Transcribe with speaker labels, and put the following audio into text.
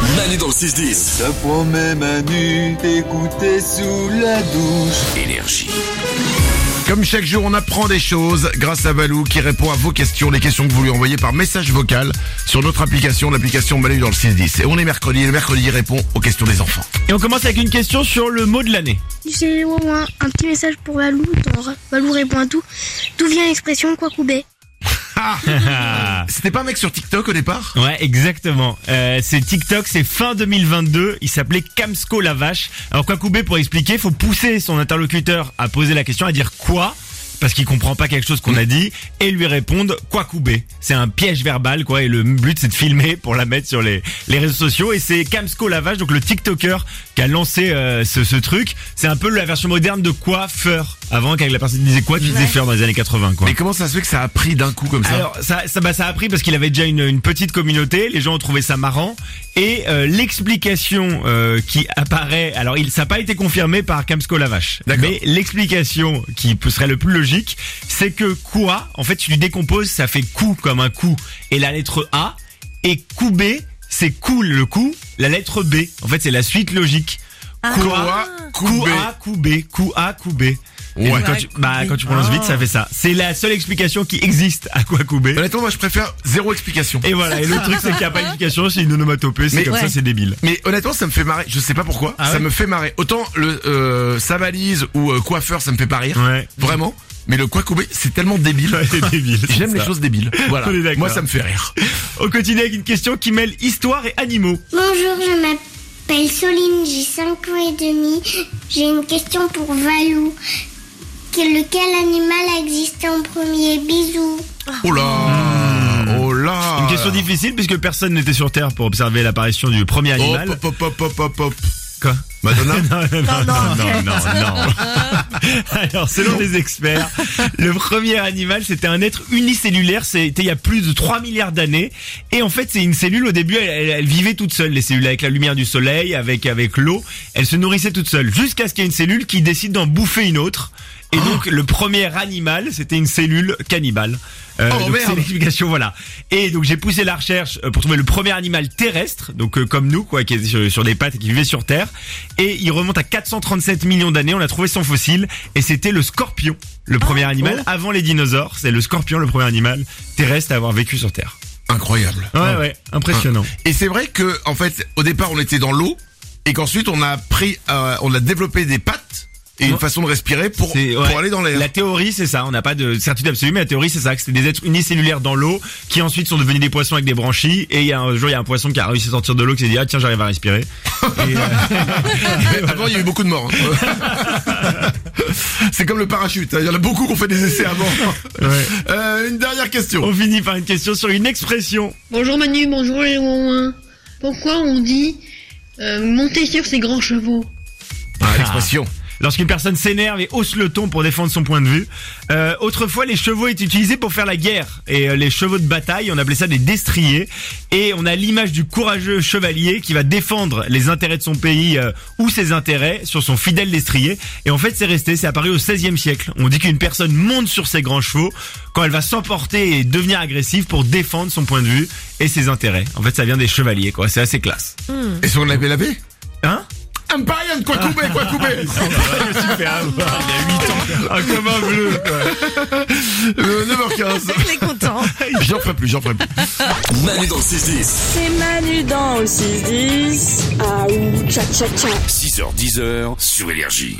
Speaker 1: Manu dans le 6-10.
Speaker 2: Ça promet Manu d'écouter sous la douche.
Speaker 1: Énergie.
Speaker 3: Comme chaque jour, on apprend des choses grâce à Valou qui répond à vos questions, les questions que vous lui envoyez par message vocal sur notre application, l'application Manu dans le 610. Et on est mercredi, et le mercredi il répond aux questions des enfants.
Speaker 4: Et on commence avec une question sur le mot de l'année.
Speaker 5: J'ai au moins un petit message pour Valou, dans Ra- Valou répond à tout. D'où vient l'expression Kwakoubé
Speaker 3: C'était pas un mec sur TikTok au départ
Speaker 4: Ouais, exactement. Euh, c'est TikTok, c'est fin 2022. Il s'appelait Kamsko la vache. Alors quoi couper pour expliquer Faut pousser son interlocuteur à poser la question, à dire quoi parce qu'il comprend pas quelque chose qu'on a dit et lui répondre quoi couper. C'est un piège verbal quoi et le but c'est de filmer pour la mettre sur les, les réseaux sociaux et c'est Kamsko Lavage donc le TikToker qui a lancé euh, ce, ce truc. C'est un peu la version moderne de quoi faire. Avant qu'avec la personne qui disait quoi, tu disais faire dans les années 80 quoi.
Speaker 3: Mais comment ça se fait que ça a pris d'un coup comme ça
Speaker 4: Alors ça, ça, bah, ça a pris parce qu'il avait déjà une, une petite communauté, les gens ont trouvé ça marrant et euh, l'explication euh, qui apparaît, alors il, ça n'a pas été confirmé par Kamsko Lavache,
Speaker 3: D'accord.
Speaker 4: mais l'explication qui serait le plus logique, c'est que quoi, en fait tu lui décomposes, ça fait coup comme un coup et la lettre A et coup B c'est cool le coup, la lettre B, en fait c'est la suite logique.
Speaker 3: Quoi
Speaker 4: Coup
Speaker 3: Coubé.
Speaker 4: A, coup B, coup A, coup B.
Speaker 3: Ouais.
Speaker 4: Et donc, quand, tu, bah, quand tu prononces vite, ça fait ça. C'est la seule explication qui existe à quoi couper.
Speaker 3: Honnêtement, moi je préfère zéro explication.
Speaker 4: Et voilà, et le truc c'est qu'il n'y a pas d'explication, c'est une onomatopée, c'est
Speaker 3: Mais-
Speaker 4: comme ça,
Speaker 6: Ouais.
Speaker 4: c'est débile.
Speaker 3: Mais honnêtement, ça me fait marrer. Je sais pas pourquoi.
Speaker 4: Ah
Speaker 3: ça
Speaker 4: ouais
Speaker 3: me fait marrer. Autant le euh, sa valise ou euh, coiffeur, ça me fait pas rire.
Speaker 4: Ouais.
Speaker 3: Vraiment. Mais le quoi couper, c'est tellement débile.
Speaker 4: Ouais, c'est débile. c'est
Speaker 3: J'aime les
Speaker 4: ça.
Speaker 3: choses débiles. Voilà.
Speaker 4: On est d'accord.
Speaker 3: Moi, ça me fait rire.
Speaker 4: Au quotidien avec une question qui mêle histoire et animaux.
Speaker 7: Bonjour, je m'appelle Soline, j'ai 5 ans et demi. J'ai une question pour Valou. Que- Lequel animal a existé en premier Bisous.
Speaker 3: Oh là Oh là
Speaker 4: Hmm. Une question difficile puisque personne n'était sur Terre pour observer l'apparition du premier
Speaker 3: Oh,
Speaker 4: animal.
Speaker 3: pop, pop, pop, pop, pop.
Speaker 4: Quoi
Speaker 3: Madonna
Speaker 4: non, non, non, non, non, non. Alors, selon des experts, le premier animal, c'était un être unicellulaire. C'était il y a plus de 3 milliards d'années. Et en fait, c'est une cellule. Au début, elle, elle- elle vivait toute seule, les cellules, avec la lumière du soleil, avec, avec l'eau. Elle se nourrissait toute seule. Jusqu'à ce qu'il y ait une cellule qui décide d'en bouffer une autre. Et donc, le premier animal, c'était une cellule cannibale. Euh,
Speaker 3: Oh,
Speaker 4: donc,
Speaker 3: merde.
Speaker 4: c'est l'explication, voilà. Et donc j'ai poussé la recherche euh, pour trouver le premier animal terrestre, donc euh, comme nous, quoi, qui est sur, sur des pattes et qui vivait sur Terre. Et il remonte à 437 millions d'années. On a trouvé son fossile et c'était le scorpion, le premier animal avant les dinosaures. C'est le scorpion, le premier animal terrestre à avoir vécu sur Terre. Ah.
Speaker 3: Incroyable.
Speaker 4: Ouais, ouais, impressionnant.
Speaker 3: Et c'est vrai que, en fait, au départ, on était dans l'eau, et qu'ensuite, on a pris, euh, on a développé des pattes et une
Speaker 4: Ouais.
Speaker 3: façon de respirer pour,
Speaker 4: C'est- ouais.
Speaker 3: pour aller dans l'air.
Speaker 4: La théorie, c'est ça. On n'a pas de certitude absolue, mais la théorie, c'est ça. Que c'était des êtres unicellulaires dans l'eau qui ensuite sont devenus des poissons avec des branchies. Et il y a un jour, il y a un poisson qui a réussi à sortir de l'eau qui s'est dit ah tiens, j'arrive à respirer. Et, euh,
Speaker 3: Mais Avant, il y a eu beaucoup de morts. hein. c'est comme le parachute. hein. Il y en a beaucoup qui ont fait des essais avant.
Speaker 4: Ouais.
Speaker 3: Euh, une dernière question.
Speaker 4: On finit par une question sur une expression.
Speaker 8: Bonjour Manu, bonjour les Rouens. Pourquoi on dit euh, monter sur ses grands chevaux
Speaker 3: Ah, l'expression.
Speaker 4: Lorsqu'une personne s'énerve et hausse le ton pour défendre son point de vue. Euh, autrefois, les chevaux étaient utilisés pour faire la guerre. Et euh, les chevaux de bataille, on appelait ça des destriers. Et on a l'image du courageux chevalier qui va défendre les intérêts de son pays euh, ou ses intérêts sur son fidèle destrier. Et en fait, c'est resté, c'est apparu au XVIe siècle. On dit qu'une personne monte sur ses grands chevaux quand elle va s'emporter et devenir agressive pour défendre son point de vue et ses intérêts. En fait, ça vient des chevaliers, quoi. C'est assez classe.
Speaker 3: Et sur la BLAB
Speaker 4: Hein
Speaker 3: Empire, quoi couper, quoi couper
Speaker 4: Je me suis fait avoir il y a 8 ans. Ah, comme un bleu.
Speaker 3: Euh, 9h15.
Speaker 6: Il est content.
Speaker 3: J'en ferai plus, j'en ferai plus.
Speaker 1: Manu dans le 6-10.
Speaker 6: C'est Manu dans le 6-10. Ah, ou tcha tcha tcha.
Speaker 1: 6h10 sur Énergie.